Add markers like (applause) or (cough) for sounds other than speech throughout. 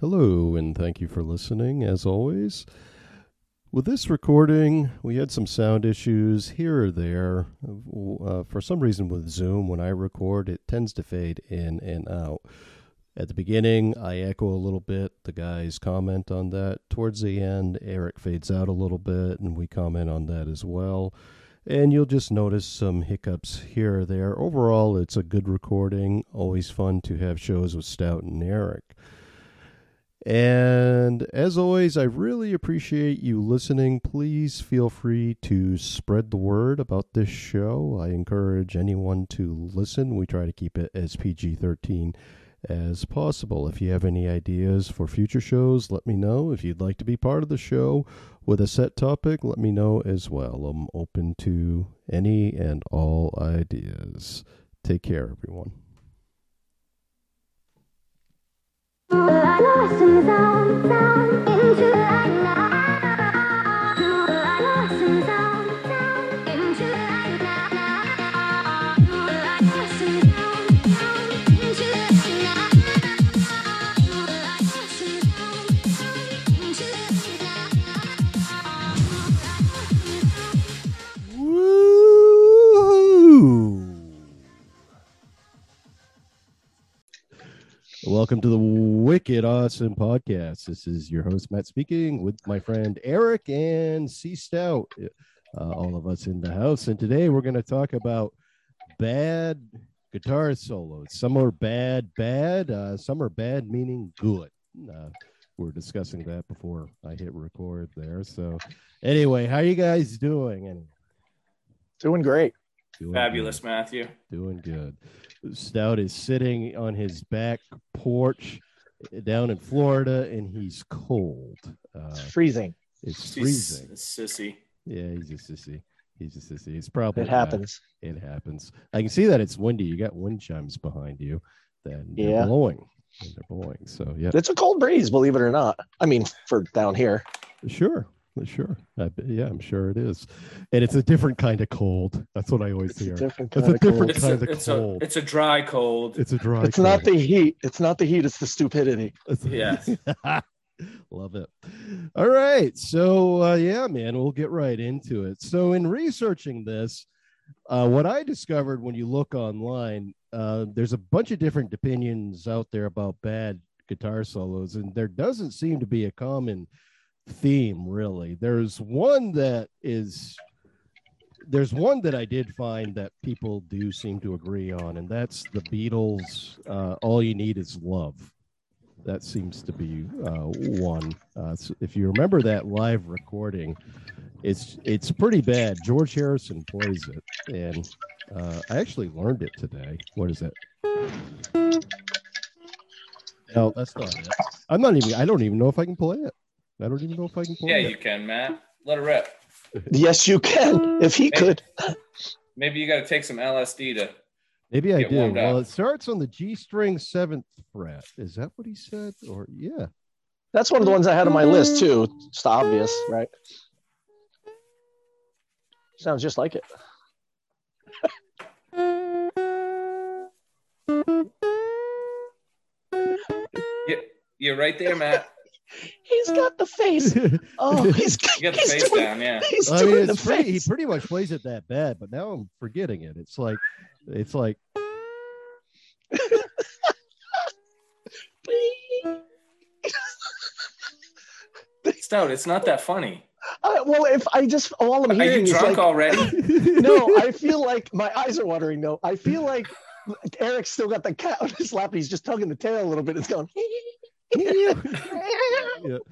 Hello, and thank you for listening, as always. With this recording, we had some sound issues here or there. Uh, for some reason, with Zoom, when I record, it tends to fade in and out. At the beginning, I echo a little bit. The guys comment on that. Towards the end, Eric fades out a little bit, and we comment on that as well. And you'll just notice some hiccups here or there. Overall, it's a good recording. Always fun to have shows with Stout and Eric. And as always, I really appreciate you listening. Please feel free to spread the word about this show. I encourage anyone to listen. We try to keep it as PG 13 as possible. If you have any ideas for future shows, let me know. If you'd like to be part of the show with a set topic, let me know as well. I'm open to any and all ideas. Take care, everyone. Welcome to the Wicked Awesome Podcast. This is your host, Matt, speaking with my friend Eric and C Stout, uh, all of us in the house. And today we're going to talk about bad guitar solos. Some are bad, bad. Uh, some are bad, meaning good. Uh, we are discussing that before I hit record there. So, anyway, how you guys doing? And doing great. doing Fabulous, Matthew. Doing good. Stout is sitting on his back porch down in Florida, and he's cold. Uh, It's freezing. it's She's freezing. a sissy. Yeah, he's a sissy. He's a sissy. It's probably It happens. It happens. I can see that it's windy. You got wind chimes behind you. Then they're Yeah. blowing. And they're blowing. So yeah, It's a cold breeze, believe it or not. I mean, for down here. sure, sure. I, bet- yeah, I'm sure it is. And it's a different kind of cold. That's what I always It's a hear. different It's kind a of cold. different It's Kinda a, it's, a, cold. it's a dry cold. It's a dry. It's not cold. the heat. It's not the heat. It's the stupidity. Yes. (laughs) Love it. All right. So, uh, yeah, man, we'll get right into it. So, in researching this, uh, what I discovered when you look online, uh, there's a bunch of different opinions out there about bad guitar solos, and there doesn't seem to be a common theme, really. There's one that is. There's one that I did find that people do seem to agree on, and that's the Beatles' uh, "All You Need Is Love." that seems to be uh, one. Uh, s- if you remember that live recording, it's it's pretty bad. George Harrison plays it, and uh, I actually learned it today. What is it? No, that's not it. I'm not even. I don't even know if I can play it. I don't even know if I can play Yeah, it. you can, Matt. Let it rip. Yes, you can. If he could. Maybe you got to take some LSD to. Maybe I Get do. warmed Well, up. it starts on the G string seventh fret. Is that what he said? Or yeah, (laughs) That's one of the ones I had on my list too. It's the obvious, right? Sounds just like it. Yeah, yeah, right there, Matt. He's got (laughs) the face. Oh, he's got, You got the face down. Yeah. He's I doing mean, the Oh, it's pretty, he face. pretty much plays it that bad, but now I'm forgetting it. It's like, it's like, Stout, it's not that funny. I, Uh, well, if I just all I'm Are hearing you is drunk like, already? (laughs) no, I feel like my eyes are watering though. I feel like Eric's still got the cat on his lap. He's just tugging the tail a little bit. It's going.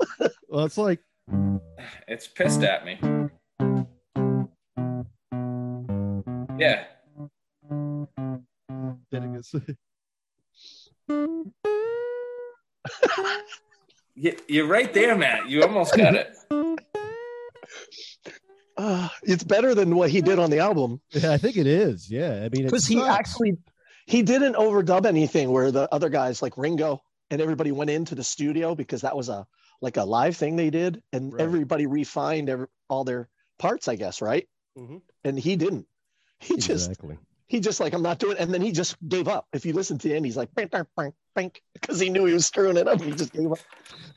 (laughs) yeah. Well, it's like, It's pissed at me. Yeah. getting this- Y- You're right there, Matt. You almost got it. Uh, it's better than what he did on the album yeah, I think it is. Yeah, I mean, it because he sucks. actually he didn't overdub anything where the other guys like Ringo and everybody went into the studio because that was a like a live thing they did and Right. everybody refined every, all their parts I guess right Mhm. and he didn't he just exactly. he just like I'm not doing it. and then he just gave up if you listen to the end he's like "Bang, bang, bang." (laughs) because he knew he was screwing it up. He just gave up.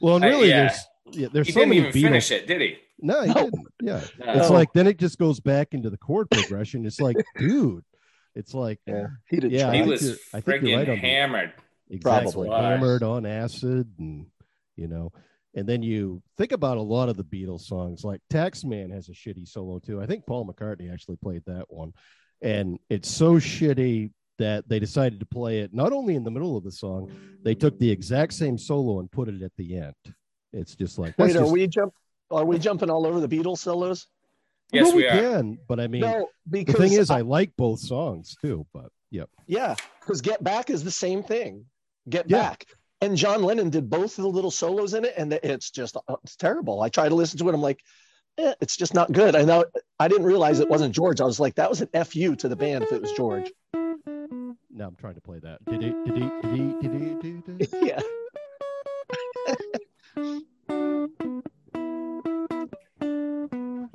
Well, and Uh, really, yeah. there's yeah, there's He so didn't many even Beatles. finish it, did he? No, he No. didn't. Yeah, No. it's No. like then it just goes back into the chord progression. It's like, dude, it's like Yeah, he did. Yeah, Yeah, he I was think you're- I think you're freaking right on that. hammered. exactly Probably. hammered on acid, and you know, and then you think about a lot of the Beatles songs. Like Taxman has a shitty solo too. I think Paul McCartney actually played that one, and it's so shitty that they decided to play it not only in the middle of the song, they took the exact same solo and put it at the end. It's just like that's Wait, are just- we jump? Are we jumping all over the Beatles solos? Yes, well, we are. can, but I mean. no, The because thing is, I like both songs too, but yep. yeah, because Get Back is the same thing. Get Yeah. Back. And John Lennon did both of the little solos in it, and it's just uh, it's terrible. I try to listen to it. I'm like, eh, it's just not good. I know I didn't realize it wasn't George. I was like, that was an fu to the band if it was George. (laughs) Now I'm trying to play that. Did-did-did-did-did-did-did-did. yeah.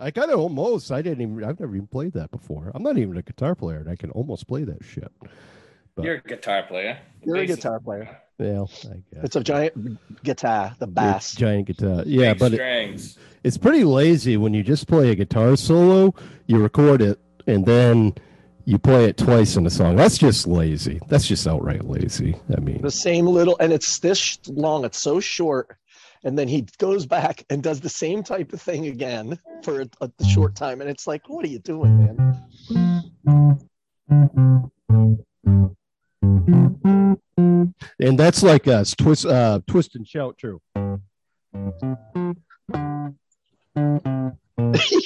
I kind of almost, I didn't even, I've never even played that before. I'm not even a guitar player and I can almost play that shit. But- You're a guitar player. You're a Bass- guitar player. Yeah, I guess. It's a giant guitar, the Your bass. Giant guitar. Yeah, big but it, strings. it's pretty lazy when you just play a guitar solo, you record it, and then you play it twice in a song. That's just lazy. That's just outright lazy. I mean, the same little and it's this sh- long it's so short and then he goes back and does the same type of thing again for a, a short time and it's like what are you doing man (laughs) and that's like us twist uh twist and shout true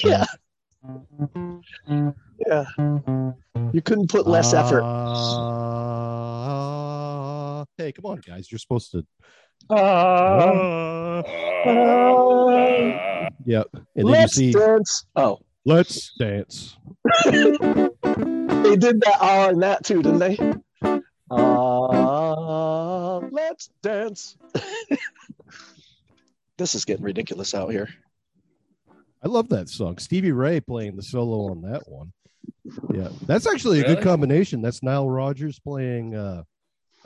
yeah yeah you couldn't put less Ah. effort Uh, hey come on guys you're supposed to Ah. Oh. Uh, yep and then you let's see dance oh let's dance they did that R and that too didn't they uh, let's dance (laughs) this is getting ridiculous out here i love that song stevie ray playing the solo on that one yeah that's actually a good Really? combination that's nile rogers playing uh,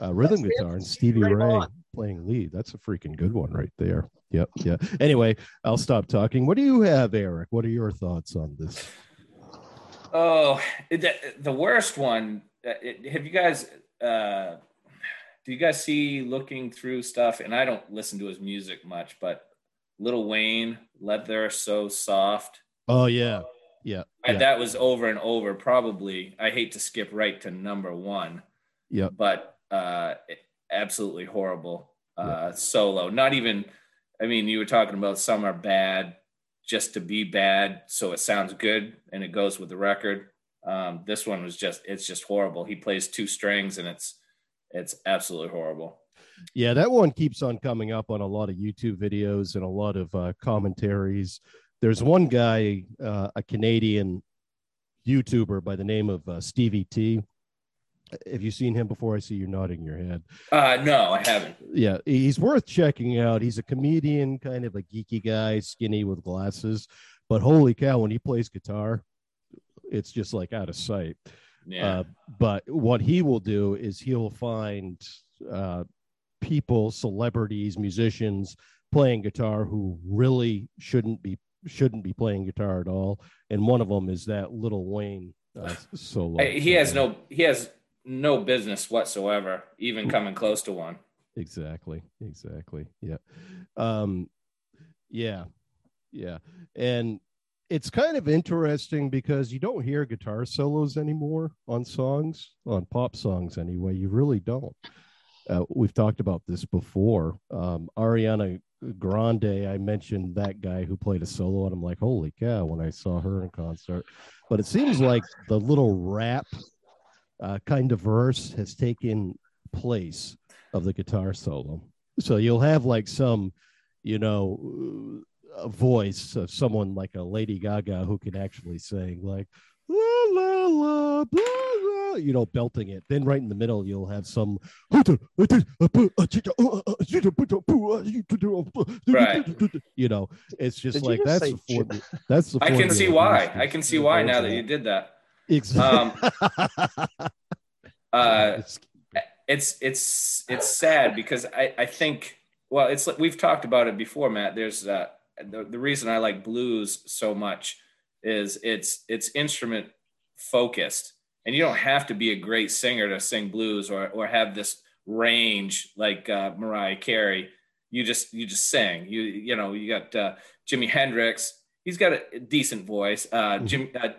uh rhythm That's guitar and stevie Ray ray Vaughan. playing lead that's a freaking good one right there yep yeah anyway i'll stop talking what do you have eric what are your thoughts on this oh, it- the, the worst one. uh, it- have you guys? Uh, do you guys see looking through stuff? And I don't listen to his music much, but Little Wayne, "Leather So Soft." oh yeah yeah I- Yeah. That was over and over. Probably, I hate to skip right to number one. Yep. But uh, absolutely horrible uh, solo. Not even. I mean, you were talking about some are bad just to be bad, so it sounds good and it goes with the record. Um, this one was just. It's just horrible. He plays two strings and it's. It's absolutely horrible. Yeah, that one keeps on coming up on a lot of YouTube videos and a lot of uh, commentaries. There's one guy, uh, a Canadian YouTuber by the name of uh, Stevie T. Have you seen him before? I see you nodding your head. Uh, no, I haven't. Yeah, he's worth checking out. He's a comedian, kind of a geeky guy, skinny with glasses. But holy cow, when he plays guitar, it's just like out of sight. Yeah. Uh, but what he will do is he'll find uh, people, celebrities, musicians playing guitar who really shouldn't be shouldn't be playing guitar at all. And one of them is that Little Wayne (laughs) uh, solo. I- he has no. He has no business whatsoever, even coming close to one. exactly, exactly. Yeah, um, yeah, yeah, and. It's kind of interesting because you don't hear guitar solos anymore on songs, on pop songs anyway. You really don't. uh, we've talked about this before. Um, Ariana Grande, I mentioned that guy who played a solo, and I'm like, holy cow, when I saw her in concert. But it seems like the little rap uh, kind of verse has taken place of the guitar solo. So you'll have like some, you know, uh, a voice of someone like a Lady Gaga who can actually sing, like, la la la, blah, blah, you know, belting it. Then right in the middle, you'll have some you know, it's just Did you like just that's say the for, that's the. I can formula see for why. this- I can see this (laughs) why now that version. you did that. (laughs) Exactly. Uh, it's it's it's sad because I I think well it's like we've talked about it before Matt there's uh the, the reason I like blues so much is it's it's instrument focused and you don't have to be a great singer to sing blues or or have this range like uh, Mariah Carey you just you just sing you you know you got uh, Jimi Hendrix he's got a decent voice uh, Jim uh,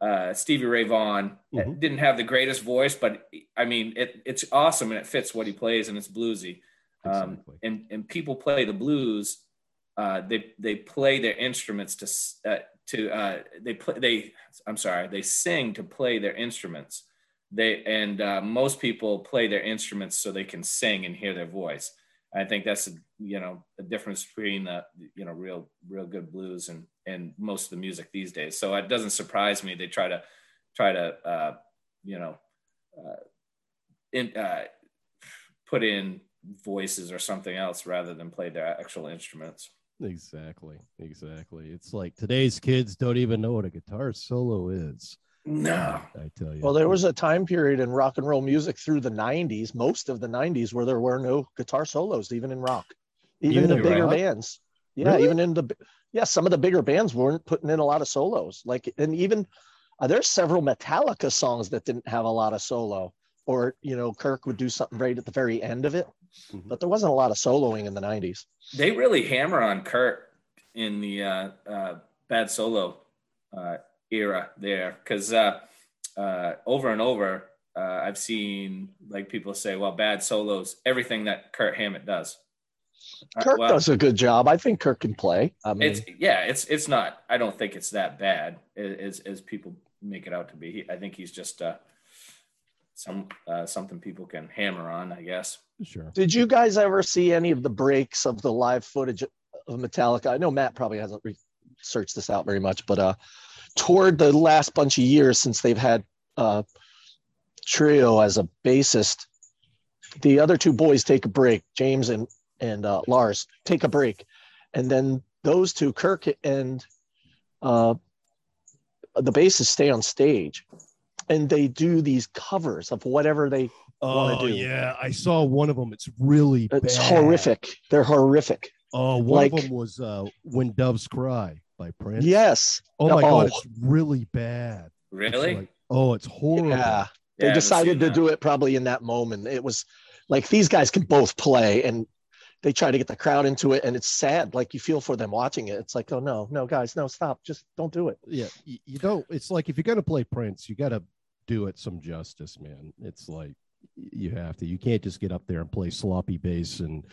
uh, Stevie Ray Vaughan Mhm. didn't have the greatest voice, but I mean, it, it's awesome and it fits what he plays and it's bluesy. Um, Exactly. and and people play the blues. Uh, they they play their instruments to s- uh, to uh, they play they I'm sorry they sing to play their instruments. They and uh, most people play their instruments so they can sing and hear their voice. I think that's you know the difference between the you know real real good blues and and most of the music these days. So it doesn't surprise me they try to try to uh, you know uh, in, uh, put in voices or something else rather than play their actual instruments. Exactly. Exactly. It's like today's kids don't even know what a guitar solo is. No, I tell you. Well, there was a time period in rock and roll music through the 90s, most of the 90s, where there were no guitar solos, even in rock, Even even, in the in bigger rock? bands. Yeah, Really? even in the, yeah, some of the bigger bands weren't putting in a lot of solos. Like, and even uh, there's several Metallica songs that didn't have a lot of solo, or, you know, Kirk would do something right at the very end of it, Mhm. but there wasn't a lot of soloing in the 90s. they really hammer on Kurt in the uh, uh, bad solo uh, era there because uh, uh, over and over. Uh, I've seen like people say, "Well, bad solos, everything that Kurt Hammett does." Uh, Kirk well, does a good job. I think Kirk can play. I mean, it's yeah it's it's not i don't think it's that bad a- as as people make it out to be He- i think he's just uh some uh something people can hammer on i guess sure. Did you guys ever see any of the breaks of the live footage of Metallica? I know Matt probably hasn't researched this out very much, but uh, toward the last bunch of years since they've had uh, Trio as a bassist, the other two boys take a break. James and and uh, Lars take a break, and then those two, Kirk and uh, the bassist, stay on stage, and they do these covers of whatever they. wanna Oh do. yeah, I saw one of them. It's really It's bad. horrific. They're horrific. Oh, one of Like- them was uh, "When Doves Cry" by Prince. Yes. Oh my god, Oh. it's really bad. It's really like- oh, it's horrible. Yeah. They Yeah, I haven't decided seen to that. do it probably in that moment. It was like these guys can both play and they try to get the crowd into it and it's sad. Like you feel for them watching it. It's like, oh no, no, guys, no, stop. Just don't do it. Yeah, you, you don't. It's like if you're gonna play Prince, you gotta do it some justice, man. It's like you have to. You can't just get up there and play sloppy bass and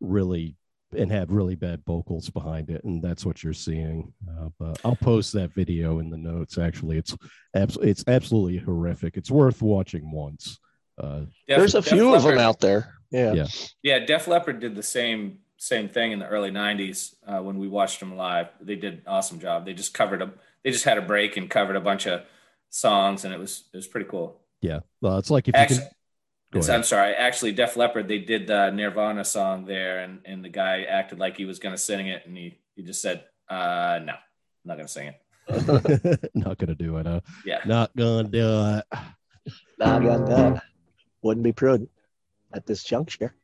really and have really bad vocals behind it, and that's what you're seeing. Uh, but I'll post that video in the notes. Actually, it's abs- it's absolutely horrific. It's worth watching once. Uh, Def- There's a Def few of them Leppard- out there. Yeah. Yeah. yeah def leppard did the same same thing in the early 90s uh, when we watched them live they did an awesome job they just covered them they just had a break and covered a bunch of songs and it was it was pretty cool yeah, uh, it's like if you Actually, can. Go It's- ahead. I'm sorry. Actually, Def Leppard, they did the Nirvana song there, and, and the guy acted like he was going to sing it, and he, he just said, uh, no, I'm not going to sing it. (laughs) not gonna do it. Huh? Yeah. Not gonna do it. Nah, nah, nah. Wouldn't be prudent at this juncture.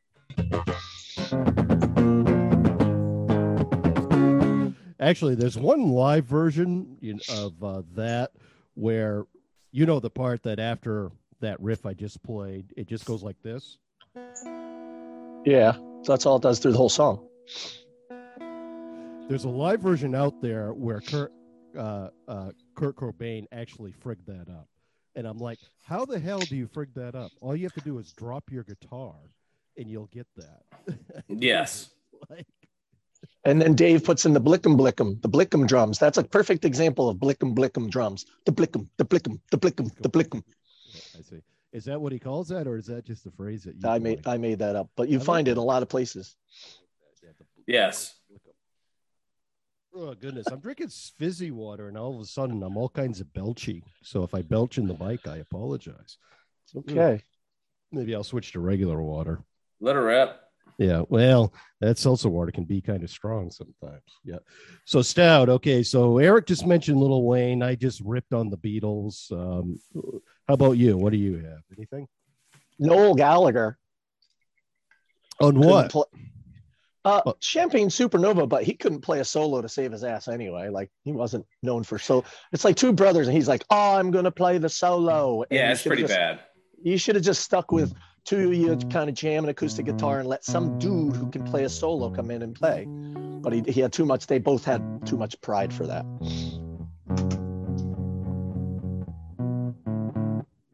Actually, there's one live version you kn- of uh, that where you know the part that after that riff I just played, it just goes like this. Yeah. So that's all it does through the whole song. There's a live version out there where Kurt uh, uh, Kurt Cobain actually frigged that up, and I'm like, how the hell do you frig that up? All you have to do is drop your guitar, and you'll get that. (laughs) Yes. Like, And then Dave puts in the blickum blickum, the blickum drums. That's a perfect example of blickum blickum drums. The blickum, the blickum, the blickum, the blickum. yeah, I see. Is that what he calls that, or is that just a phrase that you I coined? made I made that up, but you I like find it in that. a lot of places. Yes. Oh goodness, I'm drinking fizzy water, and all of a sudden I'm all kinds of belchy. So if I belch in the mic, I apologize. Okay. Maybe I'll switch to regular water. Let her rip. Yeah, well, that seltzer water can be kind of strong sometimes. Yeah. So stout. Okay, so Eric just mentioned Little Wayne. I just ripped on the Beatles. Um, how about you? What do you have? Anything? Hmm. Noel Gallagher. On couldn't what? pl- uh, What? Champagne Supernova, but he couldn't play a solo to save his ass anyway. Like he wasn't known for so. It's like two brothers, and he's like, "Oh, I'm gonna play the solo." And Yeah, you it's should've pretty just- bad. You should have just stuck with two of Mm-hmm. you kind of jam an acoustic guitar and let some dude who can play a solo come in and play. But he, he had too much. They both had too much pride for that.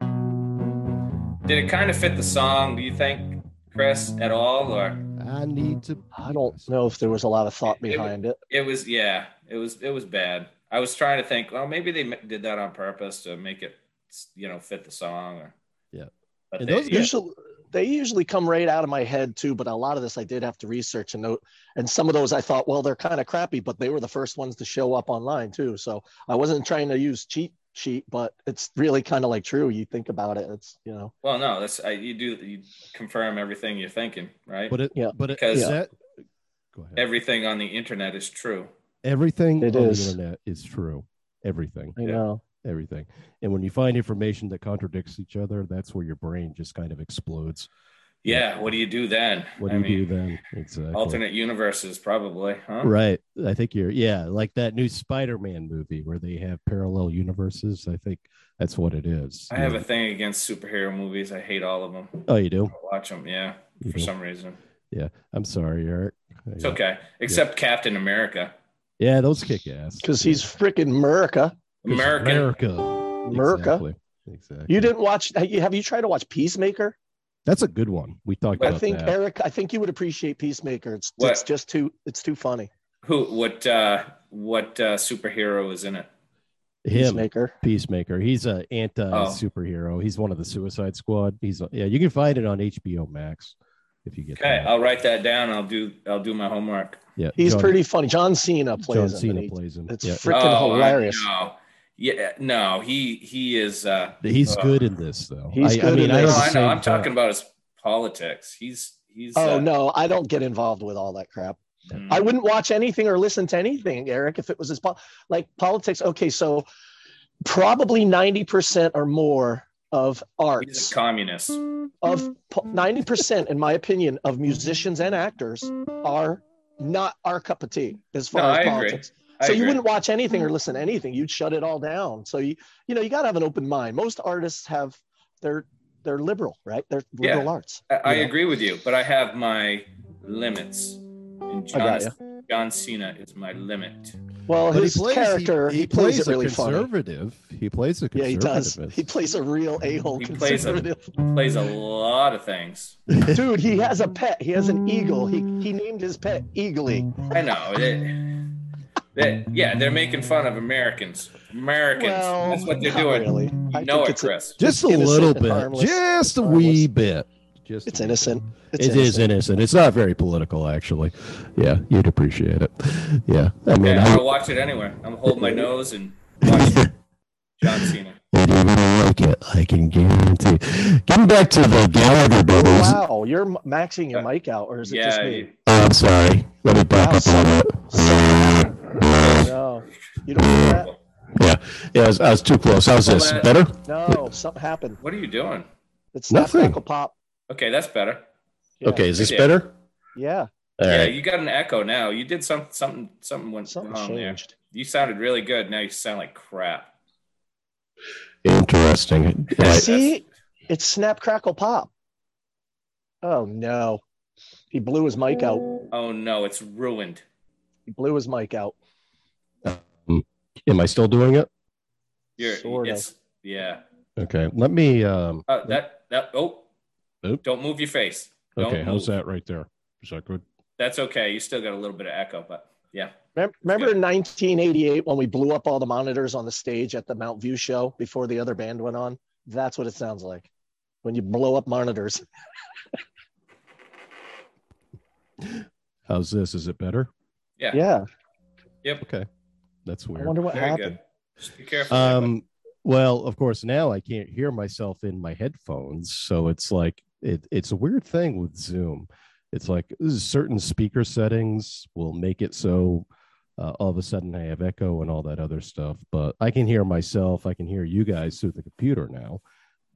Did it kind of fit the song? Do you think, Chris, at all? Or I need to. I don't know if there was a lot of thought behind it. it was, yeah, it was, it was bad. I was trying to think. Well, maybe they m- did that on purpose to make it, you know, fit the song. Or Yeah. but And they, those yeah, Usually, they usually come right out of my head too. But a lot of this I did have to research and note. And some of those I thought, well, they're kind of crappy, but they were the first ones to show up online too. So I wasn't trying to use cheat sheet, but it's really kind of like true. You think about it, it's you know, well, no, that's I, you do you confirm everything you're thinking, right? But it. Yeah. But it. Because- that, go ahead. everything on the internet is true. Everything It on is. the internet is true. Everything. I Yeah. know. Everything. And when you find information that contradicts each other, that's where your brain just kind of explodes. Yeah. What do you do then? What do I you mean, do then? Exactly. Alternate universes, probably, huh? Right. I think you're yeah, like that new Spider-Man movie where they have parallel universes. I think that's what it is. I have Yeah. a thing against superhero movies. I hate all of them. Oh, you do? I watch them, yeah, You for do? some reason. I'm sorry, Eric. It's yeah. okay, except Captain America. Yeah, those kick ass. Because he's freaking America. 'Cause American. America. America. Exactly. exactly. You didn't watch? Have you, have you tried to watch Peacemaker? That's a good one. We talked I about think that. Eric. I think you would appreciate Peacemaker. It's, What? it's just too. It's too funny. Who? What? uh What uh superhero is in it? Him. Peacemaker. Peacemaker. He's Oh. a anti superhero. He's one of the Suicide Squad. He's a, yeah. You can find it on HBO Max if you get. Okay, that. I'll write that down. I'll do. I'll do my homework. yeah, He's John- pretty funny. John Cena John plays him, Cena and he- plays him. It's yeah. freaking Oh, I- hilarious. No. Yeah, no, he he is. uh He's uh, good in this though. He's I, I good mean, in I No, this. have the Oh, I same know. I'm thought. talking about his politics. He's he's. uh, Oh uh, no, I don't get involved with all that crap. mm, I wouldn't watch anything or listen to anything, Eric, if it was his po- like politics. Okay, so probably ninety percent or more of He's arts a communist. Mm-hmm. of ninety percent, in my opinion, of musicians and actors are not our cup of tea as far No, I as agree. politics. I so you agree. wouldn't watch anything or listen to anything you'd shut it all down so you you know you got to have an open mind most artists have they're they're liberal right they're Yeah. liberal arts I, I you know? agree with you, but I have my limits. And I John, got John Cena is my limit. well But he his plays. character he, he, plays, it a really funny conservative. He plays a yeah he conservative. does he plays a real a-hole He plays a- (laughs) conservative Plays a lot of things. dude he has a pet he has an eagle he he named his pet eagly I know. They, they- yeah, they're making fun of Americans. Americans. well That's what they're not doing. really You I know think it, it's, Chris. just a innocent little and bit, harmless. just a Harmless. wee bit. Just it's a wee bit. innocent it's It's innocent. innocent. It's not very political, actually. Yeah, you'd appreciate it. Yeah, I mean, Okay, I, I'll watch it anyway. I'm holding my nose and (laughs) watching (laughs) John Cena. I don't really like it. I can guarantee. Getting back to the Gallagher brothers. wow you're m- maxing your mic out or is it just Uh, Yeah, me you- Oh, I'm sorry. Let me back up a little bit. no you don't hear that Yeah, yeah, I was, I was too close. How's this better? No, something happened. what are you doing? It's not Nothing. Crackle Pop. Okay, that's better. Yeah. Okay, is this better? Yeah, All yeah, right. you got an echo now. You did some, something. Something went something wrong there. changed. You sounded really good. Now you sound like crap. Interesting. Yeah. Right. See, it's Snap Crackle Pop. Oh no, he blew his mic out. Oh no, it's ruined. He blew his mic out. Am I still doing it? You're Sort of. it's yeah. Okay. Let me. Um, Uh, that that oh, Oop. don't move your face. Don't okay, how's move. that right there? Is that good? That's okay. You still got a little bit of echo, but yeah. Remem- Remember in 1988 when we blew up all the monitors on the stage at the Mount View show before the other band went on? That's what it sounds like when you blow up monitors. How's this? Is it better? Yeah. Yeah, Okay, that's I weird. wonder what Very happened. good. Just be careful. Um, well, of course, now I can't hear myself in my headphones, so it's like it, it's a weird thing with Zoom. It's like certain speaker settings will make it so uh, all of a sudden I have echo and all that other stuff, but I can hear myself. I can hear you guys through the computer now,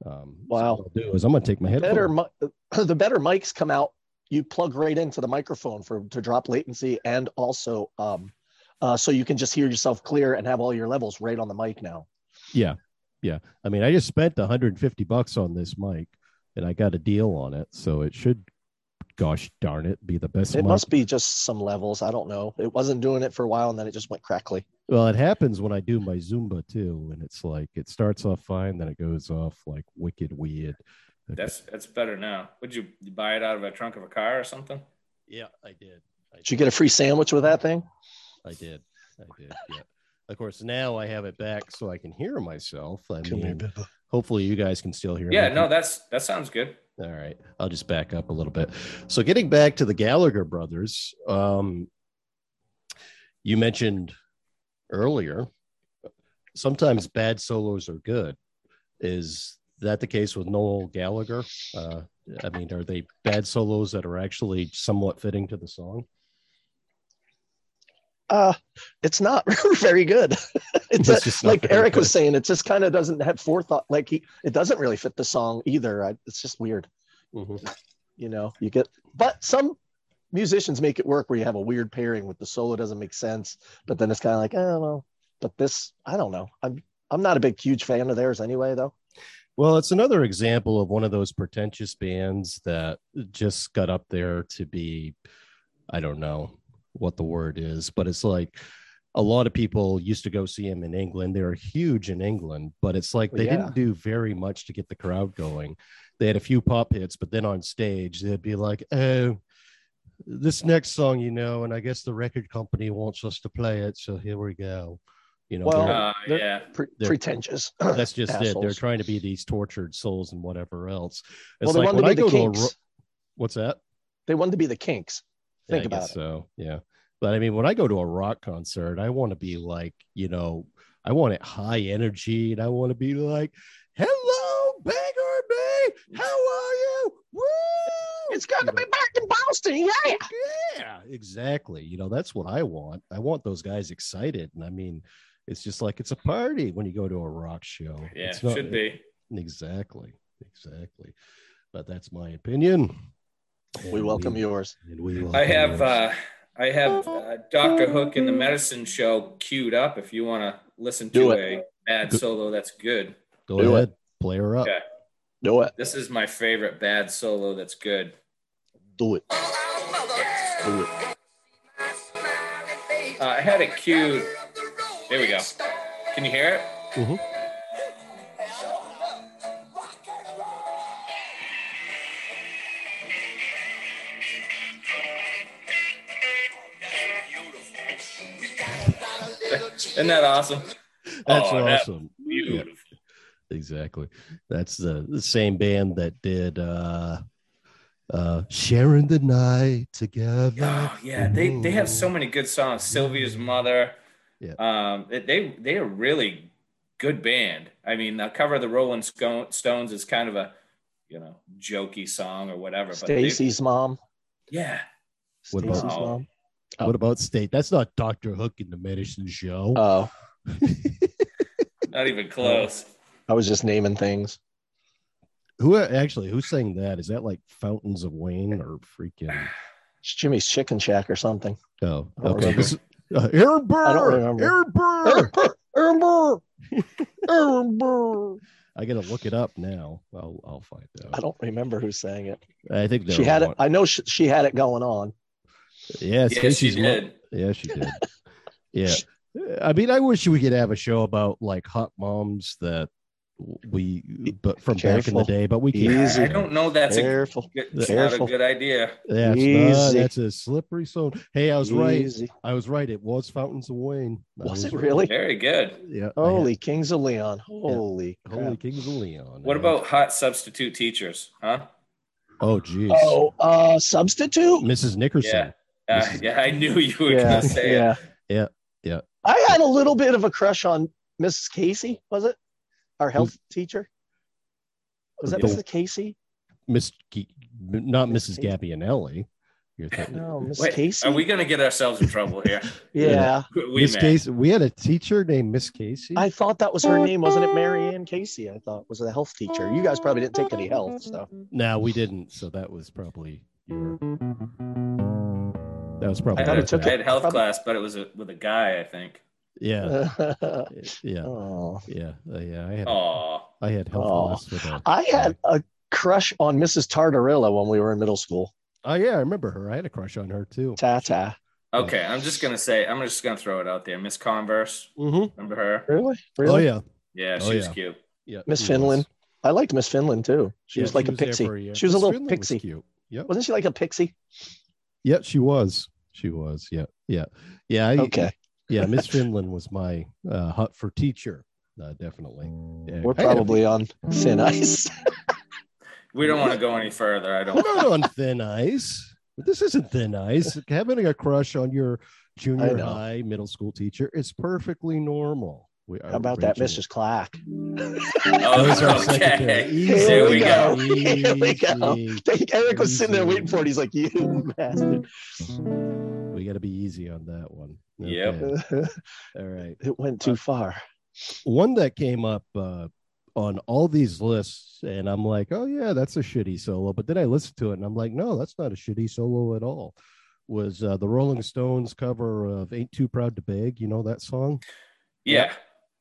Um, so Wow. what I'll do is I'm gonna take my head. better mi- (clears throat) the better mics come out you plug right into the microphone for to drop latency and also um uh, so you can just hear yourself clear and have all your levels right on the mic now I mean, I just spent 150 bucks on this mic, and I got a deal on it, so it should, gosh darn it, be the best. it mic. must be just some levels i don't know it wasn't doing it for a while and then it just went crackly Well, it happens when I do my Zumba too, and it's like it starts off fine, then it goes off like wicked weird. That's that's better now. Would you you buy it out of a trunk of a car or something? Yeah, I did. I did you get a free sandwich with that thing I did. I did. Yeah. Of course, now I have it back so I can hear myself. I Come here, mean, Bubba. hopefully you guys can still hear. Yeah, me. no, that's that sounds good. All right, I'll just back up a little bit. So, getting back to the Gallagher brothers, um, you mentioned earlier, sometimes bad solos are good. Is that the case with Noel Gallagher? Uh, I mean, are they bad solos that are actually somewhat fitting to the song? uh it's not (laughs) very good it's It's a- just not like very eric good. was saying it just kind of doesn't have forethought like he, it doesn't really fit the song either I, it's just weird you know you get but some musicians make it work where you have a weird pairing with the solo doesn't make sense but then it's kind of like oh well but this i don't know i'm i'm not a big huge fan of theirs anyway though Well, it's another example of one of those pretentious bands that just got up there to be, I don't know what the word is, but it's like a lot of people used to go see them in England. They were huge in England, but it's like they Oh, Yeah. didn't do very much to get the crowd going. They had a few pop hits, but then on stage, they'd be like, oh, this next song, you know, and I guess the record company wants us to play it. So here we go. You know, Well, they're- Uh, they're- yeah, Pre- They're- pretentious (clears throat) (laughs) that's just it. They're assholes. trying to be these tortured souls and whatever else. It's well they like wanted when I to be go the to a kinks ro- what's that? they wanted to be the kinks think I about guess it So yeah, but I mean, when I go to a rock concert, I want to be like you know, I want it high energy, and I want to be like, "Hello, Bangor Bay, how are you? Woo! it's gonna You be know, back in boston yeah yeah, exactly. You know, that's what I want. I want those guys excited, and I mean. It's just like it's a party when you go to a rock show. yeah, It's not- should be. Exactly. Exactly. But that's my opinion. we welcome yours And we I welcome have yours. uh, I have uh, Doctor Hook in the Medicine Show queued up. If you want to listen Do to it. a bad Go- solo, that's good. Go do it. ahead, play her up. Okay. do it This is my favorite bad solo. That's good. do it do it Uh, I had it queued. There we go. Can you hear it? Mhm. Isn't that awesome? That's Oh, that- awesome. Yeah, Beautiful. exactly. That's the, the same band that did uh uh sharing the night together. Oh, yeah, they they have so many good songs. Sylvia's mother. Yeah. Um, they- they they are really good band. I mean, the cover of the Rolling Sco- Stones is kind of a you know jokey song or whatever. But they- stacy's mom yeah, What stacy's about- mom What about State? That's not Dr. Hook in the medicine show. oh not even close. i was just naming things who actually who sang that? Is that like Fountains of Wayne or freaking It's Jimmy's Chicken Shack or something. Oh, I don't okay. remember. This is, uh, Aaron Burr. remember. Aaron Burr. Amber, (laughs) Amber. I gotta look it up now. I'll I'll find I out. don't remember who sang it. I, think there she had were it. I know she, she had it going on. one- Yeah, Yes, she Stacey's mo- did. Yeah, she (laughs) did. yeah, I mean, I wish we could have a show about like hot moms that we, but from back in Careful. the day, but we can't. Easy. I don't know. That's a Careful. good, it's not a Careful. good idea. Yeah, it's not- Easy. that's a slippery slope. Hey, I was right. Easy. I was right. It was Fountains of Wayne. I Was it really? Very good. Yeah. I had- Holy Kings of Leon. Holy. Holy crap. Kings of Leon. What man. about hot substitute teachers? Huh? Oh, geez. Oh, uh, substitute. Mrs. Nickerson. Yeah. Uh, This is- yeah, I knew you were Yeah, gonna say it. yeah, Yeah, yeah. I had a little bit of a crush on Mrs. Casey. Was it our health teacher? Was that The- Mrs. Casey? Miss Ge- not Miss Mrs. Kate. Gabbianelli. You're thinking. No, Miss Wait, Casey. Are we going to get ourselves in trouble here? (laughs) yeah. we Miss may. Casey. We had a teacher named Miss Casey. I thought that was her name, wasn't it? Mary Ann Casey, I thought was a health teacher. You guys probably didn't take any health, so no, we didn't. So that was probably your. That was I probably. had, Probably a- your took I thing. it. had health Probably- class, but it was a, with a guy, I think. Yeah. (laughs) Yeah. Uh, oh. Yeah. uh, yeah. I had. Oh, I had health Aw. class with a. I had a crush on Mrs. Tartarella when we were in middle school. Oh yeah, I remember her. I had a crush on her too. Tata. okay. I'm just going to say, I'm just going to throw it out there. Miss Converse. Mhm. Remember her? Really? Really? Oh yeah. Yeah, she Oh, was yeah. cute. Yeah. Miss she Finland. was. I liked Miss Finland too. She Yeah, was like a there pixie. for year. She was a Miss little Finland was pixie. cute. Yep. Wasn't she like a pixie? Yeah, she was. She was. Yeah. Yeah. Yeah. I, Okay. Yeah. (laughs) Miss Finland was my uh, hut for teacher. Uh, definitely. Yeah, Mm-hmm. We're I had a- probably on thin (laughs) ice. We don't want to go any further. I We're (laughs) don't. not on thin ice. This isn't thin ice. Having a crush on your I junior know. high, middle school teacher is perfectly normal. We are How about that, original. (laughs) Mrs. Clack? Those are Oh, secretary. okay. Easy. Here we go. Here we go. Easy. (laughs) Eric was sitting there waiting for it. He's (laughs) like, you bastard. (laughs) We got to be easy on that one. Yep. Okay. it All right. went too far. One that came up uh, on all these lists, and I'm like, oh, yeah, that's a shitty solo. But then I listened to it and I'm like, no, that's not a shitty solo at all. Was uh, the Rolling Stones cover of Ain't Too Proud to Beg? You know that song? Yeah,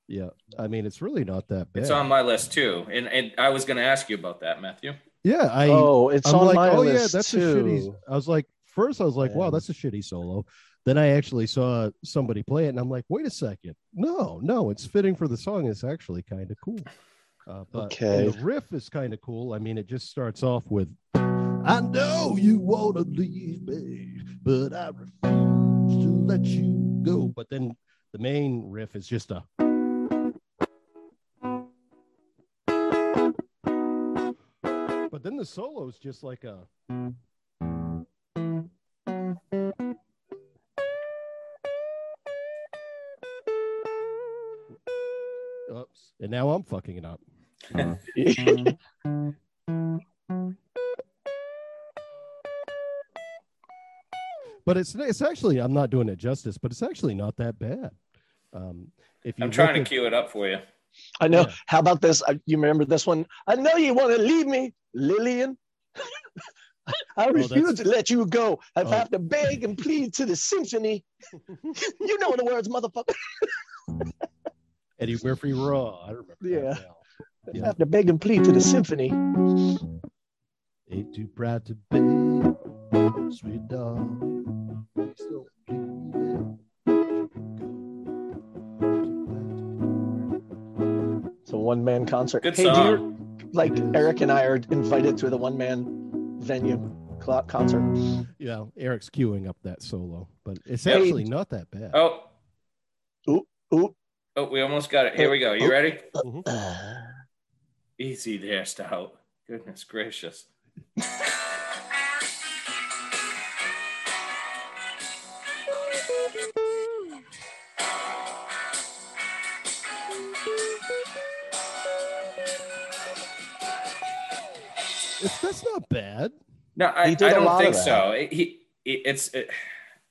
Yeah. I mean, it's really not that bad. it's on my list too. And and I was going to ask you about that, Matthew. yeah. I, oh, it's I'm on like, my oh yeah, list that's too. a shitty. I was like, first I was like, wow, And- that's a shitty solo. Then I actually saw somebody play it, and I'm like, wait a second, no, no, it's fitting for the song. It's actually kind of cool. Uh, but and Okay. the riff is kind of cool. I mean, it just starts off with, "I know you wanna leave me, but I refuse to let you go." But then the main riff is just a. But then the solo is just like a. Oops. And now I'm fucking it up. But it's it's actually I'm not doing it justice, but it's actually not that bad. Um, if you I'm trying to look at- cue it up for you. I know. Yeah. How about this? I, you remember this one? I know you want to leave me, Lillian. (laughs) I Oh, that's- refuse to let you go. I Oh. have to beg and plead to the symphony. (laughs) you know the words, motherfucker. Eddie Murphy Raw, I remember. that Yeah. now. Yeah. I have to beg and plead to the symphony. Ain't too proud to be sweet dog. Still bleeding. It's a one man concert. Good hey, song. Do you, like Eric and I are invited to the one man venue cl- concert. Yeah, Eric's queuing up that solo, but it's Hey. actually not that bad. Oh, Ooh. oh, we almost got it. Here we go. You ready? uh, Easy there, Stout. Goodness gracious. It's, that's not bad. (laughs) No, I, I He did a don't lot think of that. so. It- he, it- it's, it,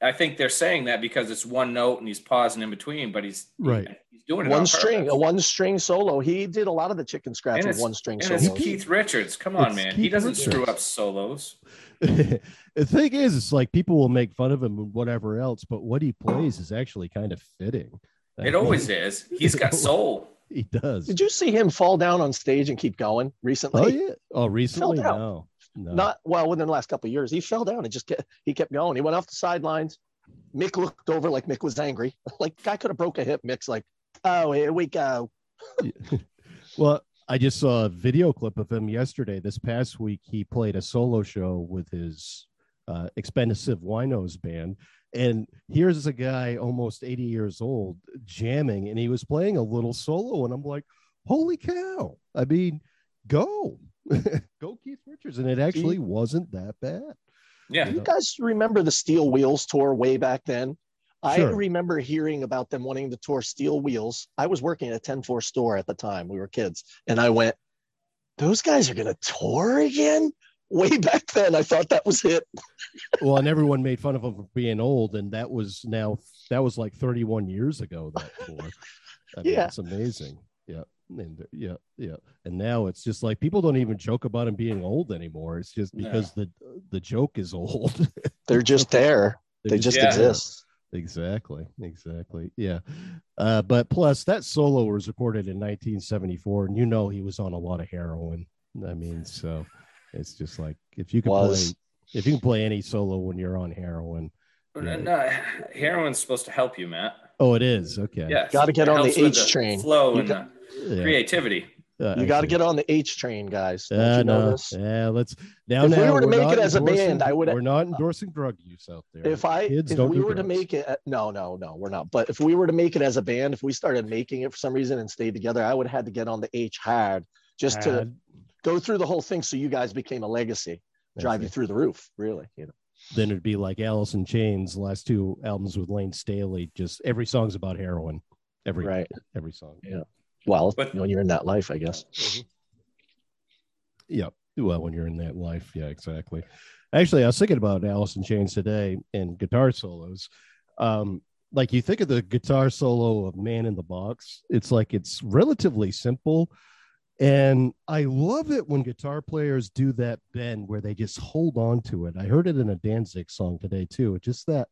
I think they're saying that because it's one note and he's pausing in between, but he's Right. He's doing it on one purpose. string, a one string solo. He did a lot of the chicken scratch And with it's- one string And it's solo. Keith Richards. Come on, It's man. he Keith doesn't screw Richards. up solos. the thing is, it's like people will make fun of him and whatever else, but what he plays is actually kind of fitting. It always is. (laughs) He's got soul. he does. Did you see him fall down on stage and keep going recently? Oh yeah. Oh, recently? out. No. No. Not well within the last couple of years. He fell down and just kept, he kept going. He went off the sidelines. Mick looked over like Mick was angry. (laughs) Like guy could have broke a hip. Mick's like, oh, here we go. Well, I just saw a video clip of him yesterday. This past week, he played a solo show with his uh, expensive winos band. And here's a guy almost 80 years old jamming, and he was playing a little solo. And I'm like, holy cow. I mean, go. (laughs) go Keith Richards. And it actually wasn't that bad. Yeah. Do you guys remember the Steel Wheels tour way back then? I Sure. remember hearing about them wanting to tour Steel Wheels. I was working at a 10 4 store at the time. We were kids. And I went, those guys are going to tour again? way back then, I thought that was it. well, and everyone made fun of him for being old, and that was now that was like 31 years ago. That tour, I mean, Yeah. it's amazing. Yeah, and uh, yeah, yeah, and now it's just like people don't even joke about him being old anymore. It's just No. because the the joke is old. (laughs) They're just there. They just Yeah. exist. Exactly. Exactly. Yeah. Uh, but plus, that solo was recorded in 1974, and you know he was on a lot of heroin. I mean, so it's just like if you can Was. play if you can play any solo when you're on heroin. Yeah. No, heroin's supposed to help you, Matt. Oh, it is okay. Yes. Gotta get It on the helps with H train. Flow You and got- the Yeah. creativity. Uh, You I got to see. get on the H train, guys. Don't Uh, you know no. this? Yeah. Let's now. If we now, were to we're make it not as a endorsing- band, I would- uh, We're not endorsing drug use out there. If I, Kids if don't we do were to drugs. make it, uh, no, no, no, we're not. But if we were to make it as a band, if we started making it for some reason and stayed together, I would have had to get on the H hard just to I'd- go through the whole thing. So you guys became a legacy, that's drive you it. through the roof, really. You know, then it'd be like Alice in Chains, last two albums with Lane Staley. Just every song's about heroin. Every right? every song. Yeah. Well, But- when you're in that life, I guess. Yeah. Well, when you're in that life, yeah, exactly. Actually, I was thinking about Alice in Chains today and guitar solos. Um, like you think of the guitar solo of Man in the Box, it's like it's relatively simple. And I love it when guitar players do that bend where they just hold on to it. I heard it in a Danzig song today too. Just that.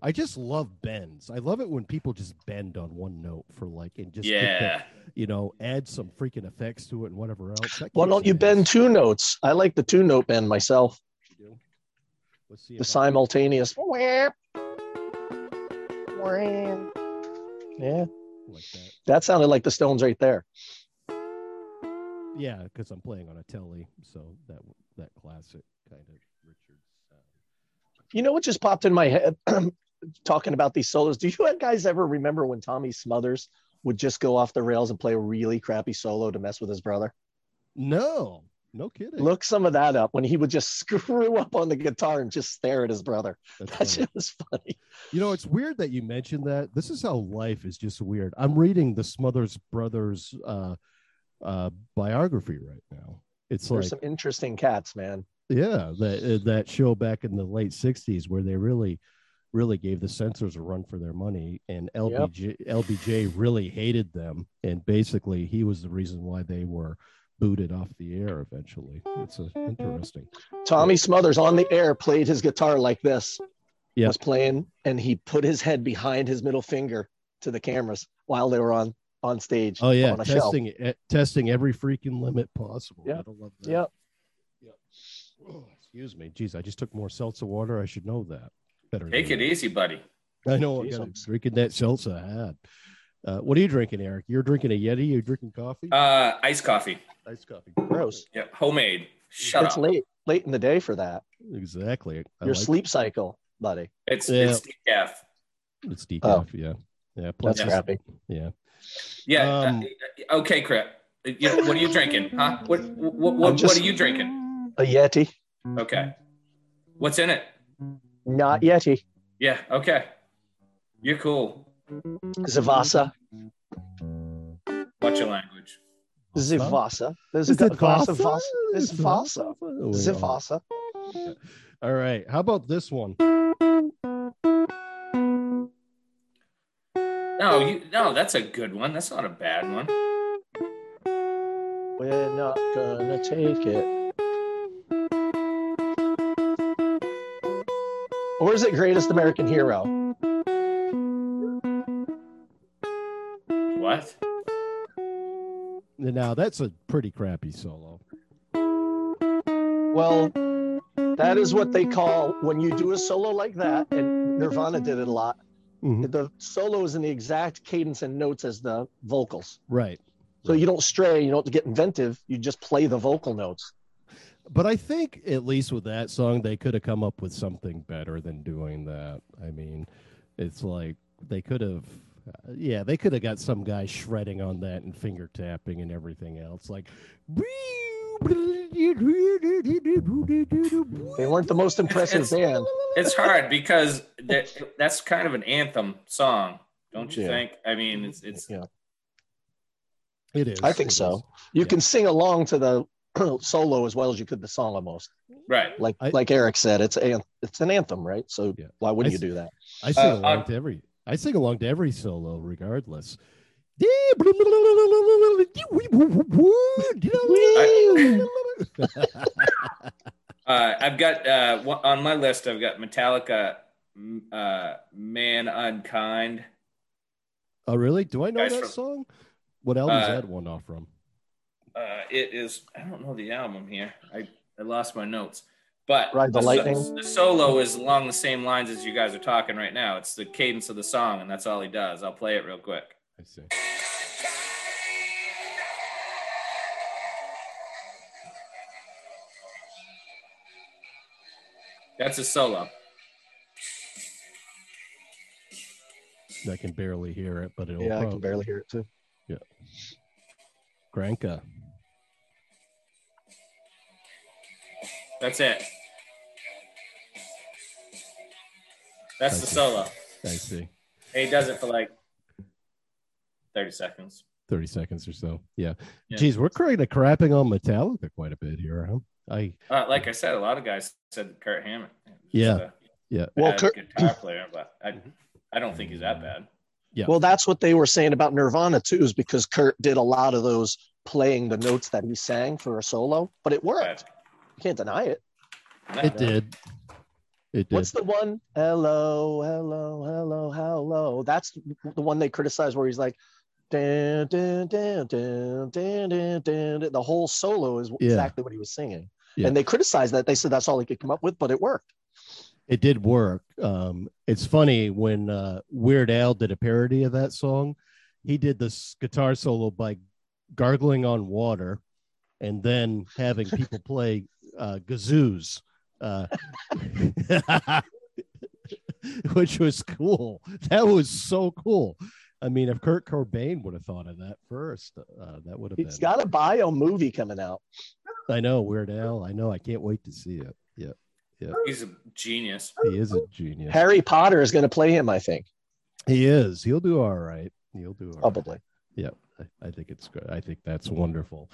I just love bends. I love it when people just bend on one note for like and just get that- yeah. you know, add some freaking effects to it and whatever else. That Why kicks don't you ass. bend two notes? I like the two note bend myself, Let's see the if I- simultaneous. Yeah, that like that. sounded like the Stones right there. Yeah, because I'm playing on a telly, so that that classic kind of Richard sound. You know what just popped in my head (clears throat) talking about these solos? Do you guys ever remember when Tommy Smothers would just go off the rails and play a really crappy solo to mess with his brother? No, no kidding. Look some of that up when he would just (laughs) screw up on the guitar and just stare at his brother. That's That funny. shit was funny. You know, it's weird that you mentioned that. This is how life is just weird. I'm reading the Smothers Brothers uh, uh, biography right now. It's like There's some interesting cats, man. yeah that uh, that show back in the late 60s where they really really gave the censors a run for their money and lbj lbj really hated them and basically he was the reason why they were booted off the air eventually it's a, interesting Tommy Smothers on the air played his guitar like this. Yeah. Was playing and he put his head behind his middle finger to the cameras while they were on on stage. oh yeah on a shelf. testing eh, testing every freaking limit possible Yeah. i love that Yep. Oh, excuse me jeez i just took more seltzer water i should know that better Take than it that. easy, buddy. i know i'm Jeez, gonna- I'm- drinking that seltzer i had uh, what are you drinking eric you're drinking a yeti you're drinking coffee Uh, iced coffee. Nice coffee. Gross. Yeah, homemade. Shut it's up. late late in the day for that. Exactly. I Your like- sleep cycle, buddy. It's Yeah. it's decaf. It's decaf. Yeah. Yeah. Plus, That's Yeah. crappy. yeah. Yeah. Um, uh, okay, crap. Yeah, what are you drinking? Huh? What what what, just- what are you drinking? A Yeti, Okay. What's in it? not Mm-hmm. Yeti. Yeah. Okay. You're cool. Zavasa, Watch your language. Zivasa. There's a Is it glass of Vasa? Vasa. It's Is it Vasa. Oh, yeah. Zivasa. All right. How about this one? No, you no. That's a good one. That's not a bad one. We're not gonna take it. Or is it Greatest American Hero? What? Now, that's a pretty crappy solo. Well, that is what they call when you do a solo like that, and Nirvana did it a lot. Mhm. The solo is in the exact cadence and notes as the vocals. Right. So you don't stray, you don't get inventive, you just play the vocal notes. But I think, at least with that song, they could have come up with something better than doing that. I mean, it's like they could have. uh, Yeah, they could have got some guy shredding on that and finger tapping and everything else. Like, They weren't the most impressive band. It's hard because that, that's kind of an anthem song, don't you Yeah. think? I mean, it's it's Yeah. It is. I think It so. is. You Yeah. can sing along to the (clears throat) solo as well as you could the song almost. Right. Like I- like Eric said, it's an it's an anthem, right? So Yeah. why wouldn't I you do (laughs) that? I sing Uh, along on- to every. I sing along to every solo, regardless. (laughs) Uh, I've got uh, one- on my list. I've got Metallica, m- uh, "Man Unkind." oh, really? Do I know Guys that from- song? What album is Uh, that one off from? Uh, it is. I don't know the album here. I, I lost my notes. But Ride the so- Lightning? the solo is along the same lines as you guys are talking right now. It's the cadence of the song, and that's all he does. I'll play it real quick. I see. That's a solo. I can barely hear it, but it'll Yeah, I probably can barely hear it too. Granka. That's it. That's the Thank you. solo. I see. And he does it for like thirty seconds. 30 seconds or so. Yeah. Yeah. Geez, we're kind of crapping on Metallica quite a bit here, huh? I Uh, like I said, a lot of guys said Kurt Hammett. Yeah. He's a Yeah. Well, bad Kurt- guitar player, but I, I don't think he's that bad. Yeah. Well, that's what they were saying about Nirvana too, is because Kurt did a lot of those playing the notes that he sang for a solo, but it worked. You can't deny it. But- it did. It did. What's the one? Hello, hello, hello, hello. That's the one they criticize where he's like, dun, dun, dun, dun, dun, dun, dun, dun. the whole solo is Yeah. exactly what he was singing. Yeah. And they criticized that. They said that's all he could come up with, but it worked. It did work. Um, it's funny when uh, Weird Al did a parody of that song. He did this guitar solo by gargling on water, and then having (laughs) people play uh, gazoos, uh, (laughs) which was cool. That was so cool. I mean, if Kurt Cobain would have thought of that first, uh, that would have been. He's got a bio movie coming out. I know Weird Al. I know. I can't wait to see it. Yeah, He's a genius. he is a genius. Harry Potter is going to play him, I think, He is. He'll do all right. He'll do all right. probably. I- I think it's good. I think that's wonderful.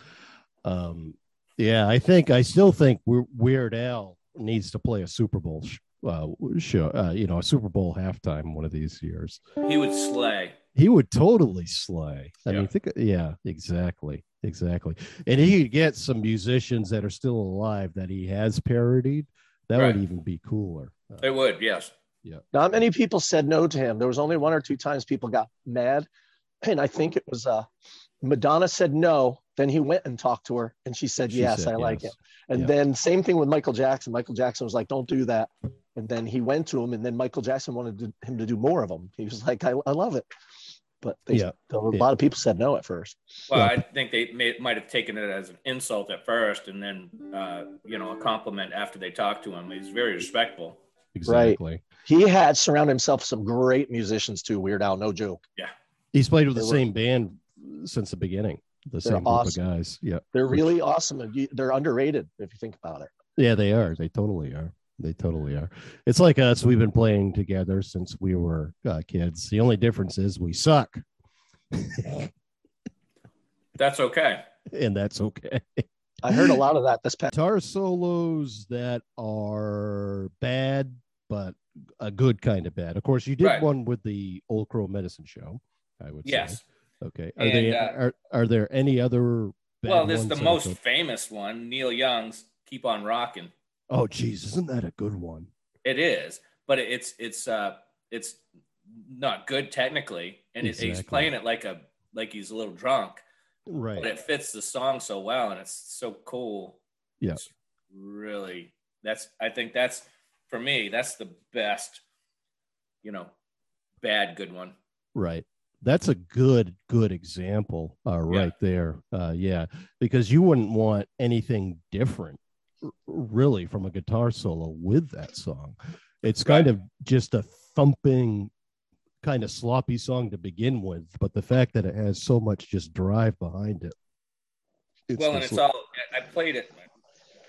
Um, yeah, I think I still think Weir- Weird Al needs to play a Super Bowl sh- uh, show. Uh, you know, a Super Bowl halftime one of these years. He would slay. He would totally slay. I Yeah. mean, think yeah, exactly, exactly. And he could get some musicians that are still alive that he has parodied. That Right. would even be cooler. Uh, It would, yes. Not many people said no to him. There was only one or two times people got mad. And I think it was uh, Madonna said no. Then he went and talked to her, and she said, she Yes, said I like it. yes. And Yeah. then same thing with Michael Jackson. Michael Jackson was like, "Don't do that." And then he went to him, and then Michael Jackson wanted to, him to do more of them. He was like, "I, I love it," but they, Yeah. a lot of people said no at first. Well, Yeah. I think they may, might have taken it as an insult at first, and then uh, you know a compliment after they talked to him. He's very respectful. Exactly. He had surrounded himself with some great musicians too. Weird Al, no joke. He's played with They the were- same band since the beginning. The same group awesome. of guys. Yeah. They're Which- really awesome. and you- They're underrated if you think about it. Yeah, they are. They totally are. They totally are. It's like us. We've been playing together since we were uh, kids. The only difference is we suck, (laughs) That's okay. and that's okay. I heard a lot of that this past. Guitar solos that are bad, but a good kind of bad. Of course, you did Right. one with the Old Crow Medicine Show. I would say. Yes. Okay. Are And, they uh, are are there any other? Bad Well, this is ones the that are most good? famous one. Neil Young's "Keep on Rocking." Oh, geez, isn't that a good one? It is, but it- it's it's uh it's not good technically, and it, he's Exactly. playing it like a like he's a little drunk, but Right. it fits the song so well, and it's so cool. Yeah. It's really. That's I think that's for me. That's the best. You know, bad good one. Right. That's a good, good example uh, right there. Uh, yeah. Because you wouldn't want anything different, r- really, from a guitar solo with that song. It's kind Right. of just a thumping, kind of sloppy song to begin with. But the fact that it has so much just drive behind it. it's well, and just it's all I played it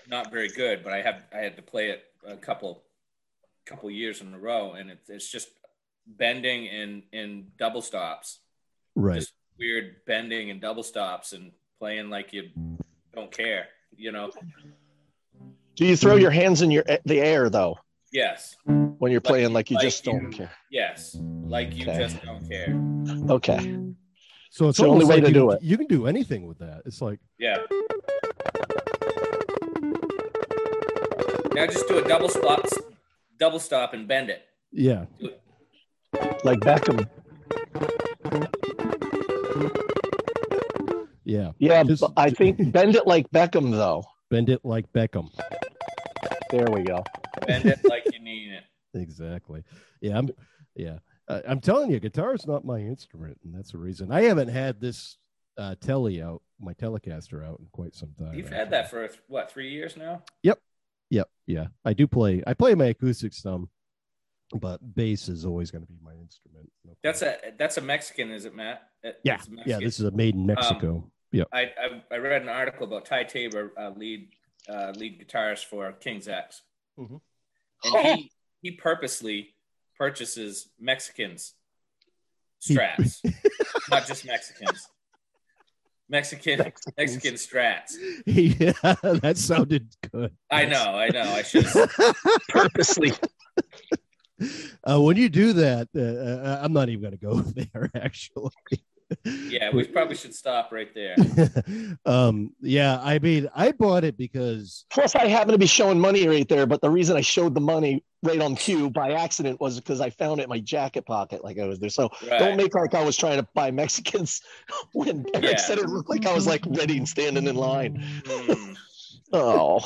not very good, but I have I had to play it a couple couple years in a row, and it's it's just bending in in double stops, right. just weird bending and double stops and playing like you don't care, you know? Do you Mm-hmm. throw your hands in your eh, the air though Yes. when you're Like- playing like you like just don't you- care? Yes. Like you Okay. just don't care. Okay. So it's almost the only way like to you, do can- it. You can do anything with that. It's like Yeah. Now just do a double stop, double stop and bend it. yeah, Like Beckham. yeah. Yeah, Just- but I think bend it like Beckham though. Bend it like Beckham. There we go. Bend it like you need it. Exactly. Yeah, I'm. Yeah, I, I'm telling you, guitar is not my instrument, and that's the reason I haven't had this uh, telly out, my Telecaster out in quite some time. You've had actually. that for what three years now? Yep. Yeah. I do play, I play my acoustics some, but bass is always going to be my instrument. No That's question. a that's a Mexican, is it, Matt? It- yeah. it's a Um, Yeah. Mexican. This is a made in Mexico. yep. (laughs) I, I I read an article about Ty Tabor, uh, lead uh, lead guitarist for King's X, Mm-hmm. Mhm. and he he purposely purchases Mexicans He- (laughs) strats, not just Mexicans. Mexican (laughs) Mexican strats. yeah. That sounded good. I know, I know. I should. have Purposely. Uh, when you do that, uh, uh, I'm not even going to go (laughs) there, actually. (laughs) Yeah, we probably should stop right there. um, yeah. I mean, I bought it because Plus, I happen to be showing money right there, but the reason I showed the money right on cue by accident was because I found it in my jacket pocket, like I was there. So (laughs) don't Right. make like I was trying to buy Mexicans (laughs) when Eric Yeah. said it looked like I was like ready and standing in line. Hmm. Oh,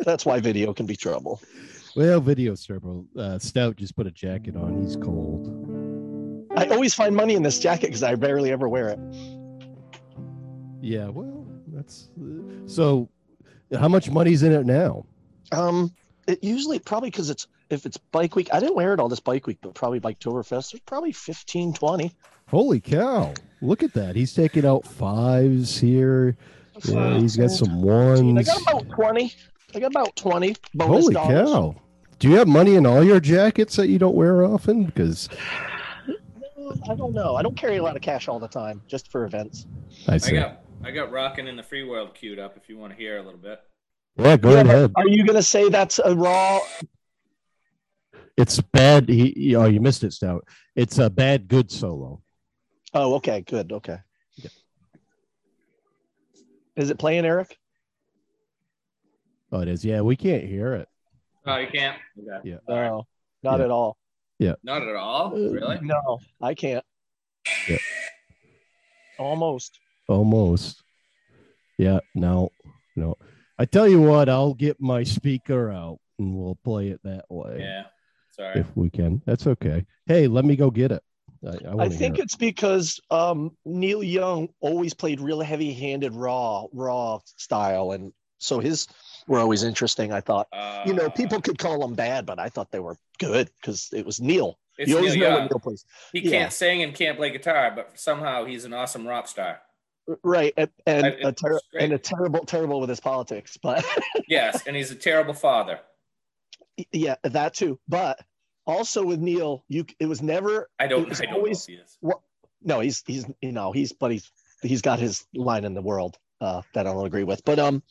that's why video can be trouble. well, video servo uh, Stout just put a jacket on. He's cold. I always find money in this jacket because I barely ever wear it. Yeah. Well, that's uh, so. How much money's in it now? Um, it usually probably because it's if it's bike week, I didn't wear it all this bike week, but probably Biketoberfest, there's probably 15, 20. Holy cow! Look at that. He's taking out fives here. Yeah, he's got some I ones. got about 20. I got about 20 bonus Holy dollars. cow! Do you have money in all your jackets that you don't wear often? Because No, I don't know. I don't carry a lot of cash all the time, just for events. I I see. got I got rocking in the free world queued up. If you want to hear a little bit, yeah, go Yeah, but ahead. Are you going to say that's a raw? It's bad. He, he- oh, you missed it, Stout. It's a bad good solo. Oh, okay, good. Okay. Yeah. Is it playing, Eric? Oh, it is. Yeah, we can't hear it. oh, you can't. Okay. Yeah. All right. No, not Yeah. at all. Not at all. Uh, Really? No, I can't. Yeah. Almost. Almost. Yeah. No. No. I tell you what. I'll get my speaker out and we'll play it that way Yeah. Sorry. if we can. That's okay. Hey, let me go get it. I, I, I want to think hear it. it's because um, Neil Young always played real heavy-handed raw, raw style, and so his were always interesting. I thought. Uh, you know, people could call them bad, but I thought they were good because it was Neil. It's you always Neil know Young. what Neil plays. He yeah. can't sing and can't play guitar, but somehow he's an awesome rock star. Right. And, and, I- a it's ter- great. and a terrible, terrible with his politics. But (laughs) Yes, and he's a terrible father. yeah, that too. But also with Neil, you it was never I don't. He's I don't always- know if he is. no, he's he's you know, he's but he's he's got his line in the world uh that I don't agree with. But um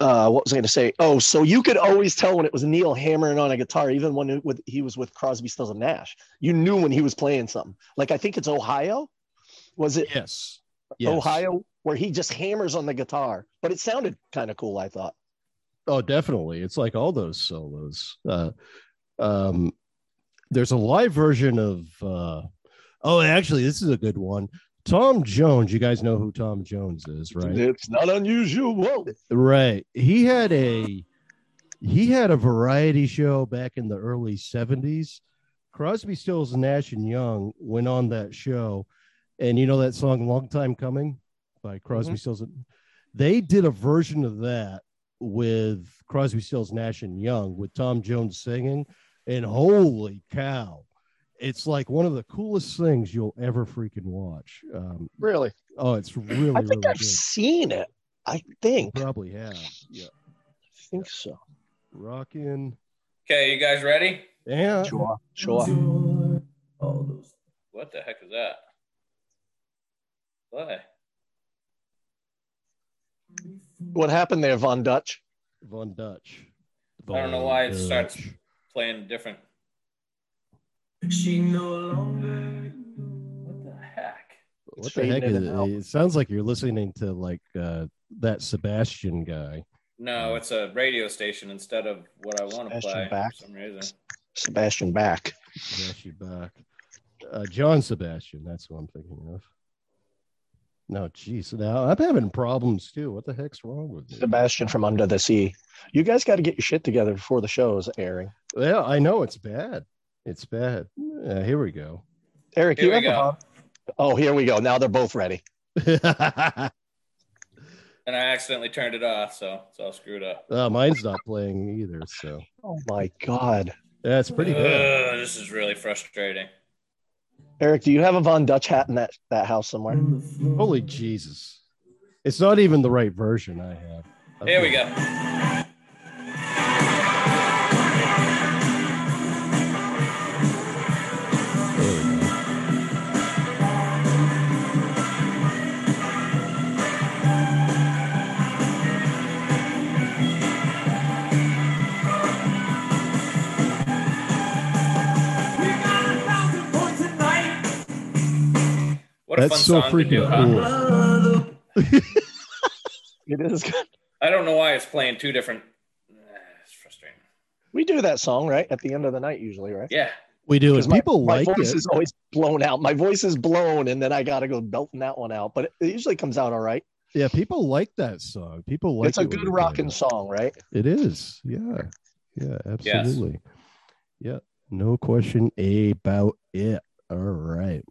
uh what was I gonna say? Oh, so you could always tell when it was Neil hammering on a guitar, even when it, with, he was with Crosby Stills and Nash. You knew when he was playing something. Like I think it's Ohio. Was it yes. Yes. Ohio, where he just hammers on the guitar. But it sounded kind of cool, I thought. Oh, definitely. It's like all those solos. Uh, um, there's a live version of. Uh, oh, actually, this is a good one. Tom Jones. You guys know who Tom Jones is, right? It's not unusual. Right. He had a he had a variety show back in the early 70s. Crosby, Stills, Nash and Young went on that show. And you know that song Long Time Coming by Crosby, Mm-hmm. Stills and they did a version of that with Crosby, Stills, Nash and Young with Tom Jones singing. And holy cow. It's like one of the coolest things you'll ever freaking watch. Um, Really? oh, it's really, I think really I've good. seen it. I think. I Probably have. Yeah. think so. Rockin'. Okay, you guys ready? Yeah. Sure. Sure. What the heck is that? play. What happened there, Von Dutch? Von Dutch. I don't know Von why it starts- Dutch. Playing different. She no longer. What the heck? What the fading heck in is and it? out. It sounds like you're listening to like uh, that Sebastian guy. No, it's a radio station instead of what I want to Sebastian play Bach. for some reason. Sebastian back. Sebastian Bach. Uh, John Sebastian. That's what I'm thinking of. No, geez. Now I'm having problems too. What the heck's wrong with me? Sebastian from Under the Sea. You guys got to get your shit together before the show is airing. Well, I know it's bad. It's bad. Uh, here we go. (laughs) Eric, Here you have we a go. Oh, here we go. Now they're both ready. And I accidentally turned it off, so it's all screwed up. uh, mine's not playing either. So Oh my God. that's Uh, pretty bad. Ugh, this is really frustrating. Eric, do you have a Von Dutch hat in that, that house somewhere? Mm. Holy Jesus. It's not even the right version I have. Here we go. There we go. We got a thousand for tonight. What a fun That's so song to freaking do, huh? cool. Brother, It is. good. I don't know why it's playing two different. Nah, It's frustrating. We do that song, right? At the end of the night, usually, right? Yeah, We do. And Because my- people my like voice it. is always blown out. My voice is blown, and then I gotta go belting that one out. But it usually comes out all right. Yeah, people like that song. People like it's a it when good we play rocking it. song, right? It is. Yeah. Yeah, Yes. absolutely. Yeah. No question about it. All right.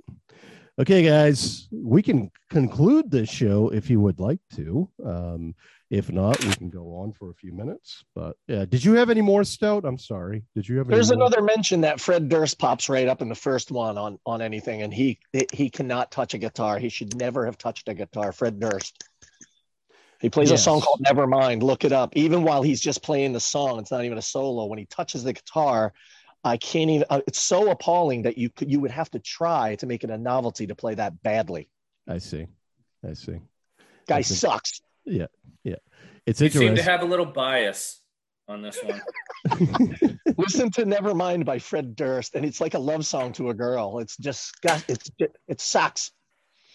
Okay, guys, we can conclude this show if you would like to. Um, if not, we can go on for a few minutes. But yeah, did you have any more stout? I'm sorry. Did you have? There's any more? another mention that Fred Durst pops right up in the first one on on anything, and he he cannot touch a guitar. He should never have touched a guitar. Fred Durst. He plays a song Yes. called Nevermind. Look it up. Even while he's just playing the song, it's not even a solo. When he touches the guitar, I can't even. uh, It's so appalling that you could- you would have to try to make it a novelty to play that badly. I see. I see. Guy That's a- sucks. It's you seem interesting. to have a little bias on this (laughs) one. Listen to Nevermind by Fred Durst, and it's like a love song to a girl. It's just got it's it sucks.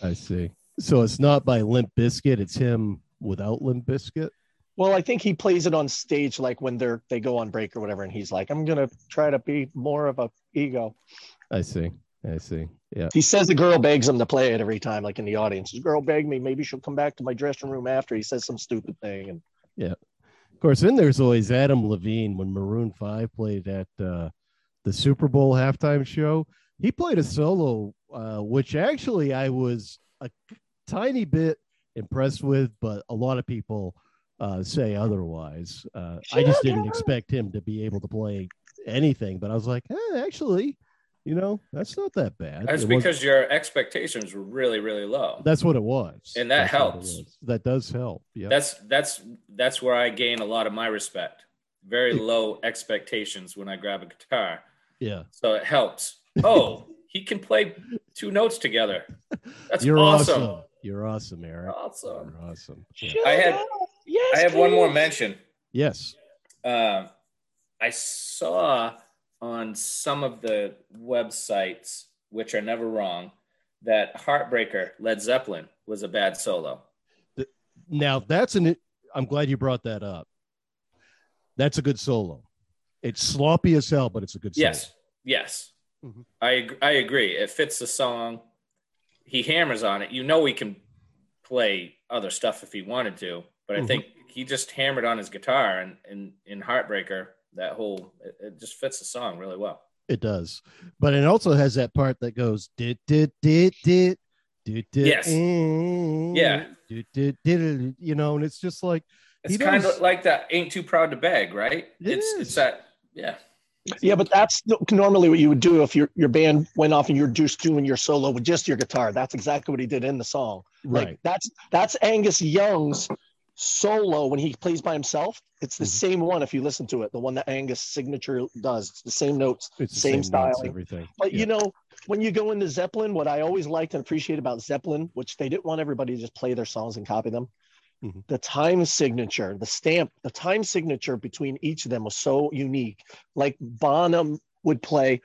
I see. So it's not by Limp Biscuit. It's him without Limp Biscuit. Well, I think he plays it on stage like when they're they go on break or whatever, and he's like, "I'm gonna try to be more of a ego." I see. I see. Yeah. He says the girl begs him to play it every time, like in the audience. The girl begged me, maybe she'll come back to my dressing room after. He says some stupid thing, and Of course, then there's always Adam Levine when Maroon 5 played at uh, the Super Bowl halftime show. He played a solo, uh, which actually I was a tiny bit impressed with, but a lot of people uh, say otherwise. Uh, I just didn't expect him to be able to play anything, but I was like, eh, actually, you know, that's not that bad. That's It wasn't- because your expectations were really, really low. that's what it was. And that That's what it helps. was. That does help. Yeah. That's that's that's where I gain a lot of my respect. Very low expectations when I grab a guitar, yeah. so it helps. (laughs) Oh, he can play two notes together. That's You're awesome. awesome. You're awesome, Eric. Awesome. You're awesome. Yeah. Shut I had- up. Yes, I have one more please. mention. Yes. Um, I saw on some of the websites, which are never wrong, that Heartbreaker Led Zeppelin was a bad solo. Now that's an. I'm glad you brought that up. That's a good solo. It's sloppy as hell, but it's a good solo. Yes, yes, Mhm. I ag- I agree. It fits the song. He hammers on it. You know he can play other stuff if he wanted to, but I Mhm. think he just hammered on his guitar and in in Heartbreaker that whole it, it just fits the song really well. it does. But it also has that part that goes did did did did did did. Yes. Yeah. Did did did. You know, and it's just like It's He kind does- of like that "Ain't Too Proud to Beg," right? It it's is. it's that yeah. Yeah, but that's no- normally what you would do if your your band went off and you're just doing your solo with just your guitar. That's exactly what he did in the song. right. Like that's that's Angus Young's solo when he plays by himself. It's the Mhm. same one if you listen to it, the one that Angus signature does. It's the same notes. it's the same same, notes, styling. everything. But Yeah. you know, when you go into Zeppelin, what I always liked and appreciate about Zeppelin, which they didn't want everybody to just play their songs and copy them, Mhm. the time signature, the stamp, the time signature between each of them was so unique. Like Bonham would play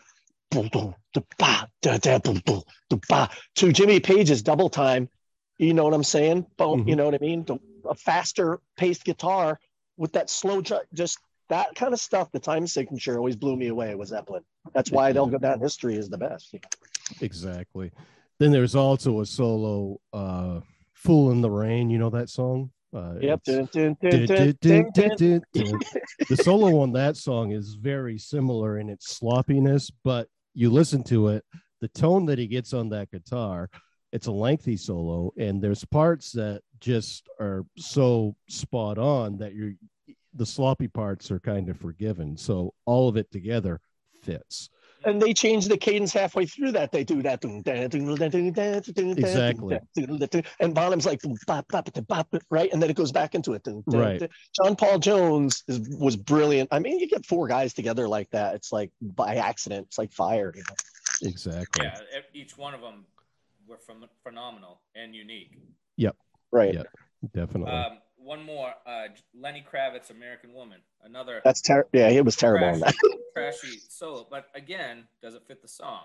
"Boom, boom, da, ba, da, da, boom, boom, da, ba," to Jimmy Page's double time. You know what I'm saying? Boom, You know what I mean? The- a faster paced guitar with that slow, ju- just that kind of stuff. The time signature always blew me away with Zeppelin. That's why they'll go down in history as the best. Exactly. Then there's also a solo uh Fool in the Rain, you know that song? Uh Yep. it's- Dun, dun, dun, dun, (laughs) dun, dun. the solo on that song is very similar in its sloppiness, but you listen to it, the tone that he gets on that guitar, it's a lengthy solo, and there's parts that just are so spot on that you're the sloppy parts are kind of forgiven. So all of it together fits. And they change the cadence halfway through that. They do that. Dun, dun, dun, dun, dun, dun, dun, Exactly. dun, dun, dun, dun. And Bonham's like, dun, bop, bop, dun, bop, right? And then it goes back into it. Dun, dun, Right. dun. John Paul Jones is, was brilliant. I mean, you get four guys together like that. It's like by accident. It's like fire. you know? Exactly. Yeah, e- each one of them were from phenomenal and unique. Right. Yeah. Definitely. Um, one more, uh, Lenny Kravitz, American Woman, another That's terrible. Yeah, it was terrible. on trashy, that. (laughs) trashy solo. But again, does it fit the song?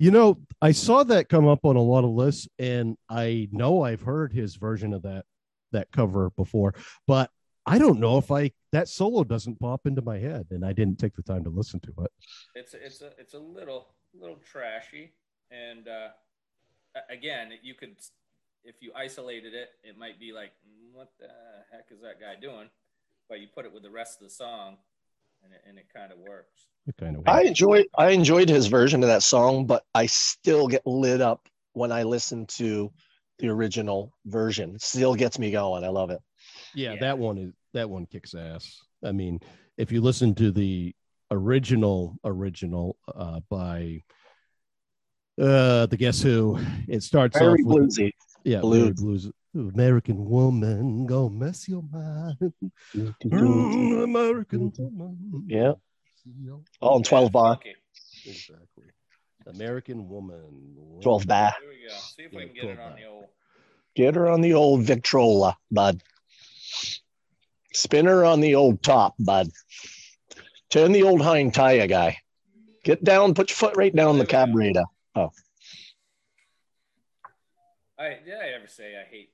You know, I saw that come up on a lot of lists, and I know I've heard his version of that that cover before, but I don't know if I that solo doesn't pop into my head, and I didn't take the time to listen to it. It's it's a it's a little little trashy, and uh, a- again, you could if you isolated it, it might be like, "Mm, what the heck is that guy doing? But you put it with the rest of the song, and it, and it kind of works. It kind of I enjoyed I enjoyed his version of that song, but I still get lit up when I listen to the original version. Still gets me going. I love it. yeah, Yeah. that one is that one kicks ass. I mean, if you listen to the original original uh, by uh the Guess Who, it starts off Very with bluesy. yeah very blues. American woman, go mess your mind. Mm, American woman. Yeah. CEO. All in Oh, twelve bar, Okay, Exactly. American woman. twelve bar. here we go. See if Yeah, we can get it cool, on man. the old. Get her on the old Victrola, bud. Spin her on the old top, bud. Turn the old hind tire guy. Get down, put your foot right down the There we go. carburetor. I did I ever say I hate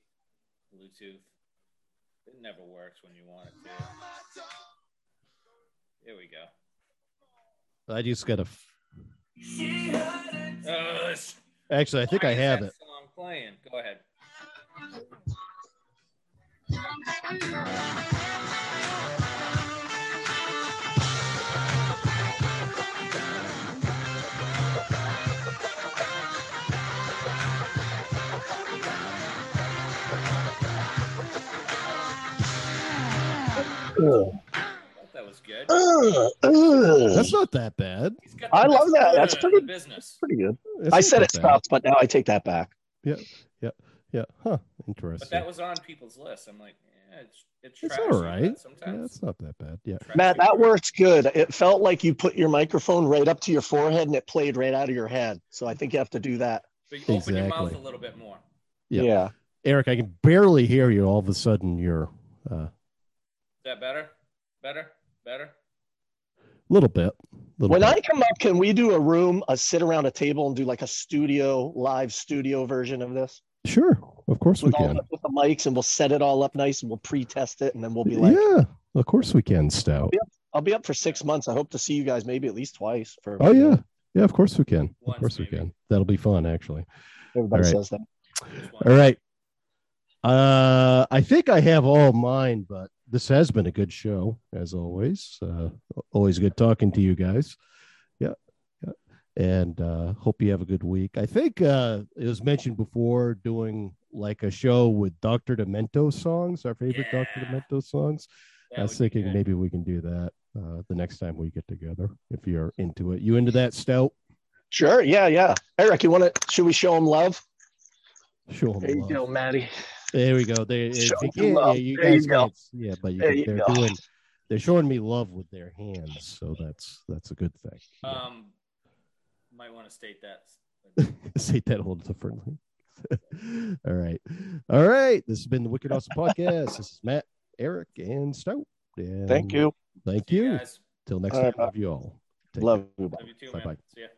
Bluetooth? It never works when you want it to. Here we go. I just got to. Uh, sh- Actually, I think why I is have that it. Song playing. Go ahead. Ugh. I thought that was good. Ugh. Ugh. That's not that bad. He's got I the love best that. That's version of pretty- the business. pretty good. That's I not said that it bad. stopped, but now I take that back. Yeah. Huh. But Interesting. that was on people's list. I'm like, yeah, it's it's, It's trashy, all right. but yeah, Sometimes that's not that bad. Yeah. trashy Matt, that works. worked good. It felt like you put your microphone right up to your forehead and it played right out of your head. So I think you have to do that. But you open your mouth a Exactly. little bit more. Yeah. yeah. Eric, I can barely hear you. All of a sudden, you're uh, a Is that better? Better? Better? little bit. Little When bit. I come up, can we do a room, a sit around a table and do like a studio, live studio version of this Sure. Of course we with all can. the, with the mics and we'll set it all up nice and we'll pre-test it and then we'll be like, Yeah. Of course we can, Stout. I'll be up for six months. I hope to see you guys maybe at least twice. For Oh, yeah. Yeah. Of course we can. Once, Of course we maybe. can. That'll be fun, actually. everybody All right. says that. Just one. All right. Uh, I think I have all mine, but this has been a good show as always. Uh, always good talking to you guys. Yeah, yeah. and uh, hope you have a good week. I think uh, it was mentioned before doing like a show with Doctor Demento songs, our favorite Doctor Yeah. Demento songs. That I would was be thinking good. maybe we can do that uh, the next time we get together if you're into it. You into that, Stout? Sure. Yeah. Yeah. Eric, you want to, should we show them love? Show 'em There you love. go, Maddie. There we go. They, if Show you them can't- love. yeah, you There you guys go. can't s- yeah, but you There can, you they're go. doing they're showing me love with their hands, so that's that's a good thing. Um, might want to state (laughs) that. (laughs) Say that a little differently. (laughs) All right. All right. This has been the Wicked Awesome Podcast. This is Matt, Eric, and Stout. And Thank you. Thank See you you. guys. Till next All time. right, bye. Love you all. Take care. Love you. Bye. Love you too, Bye-bye. man. See ya.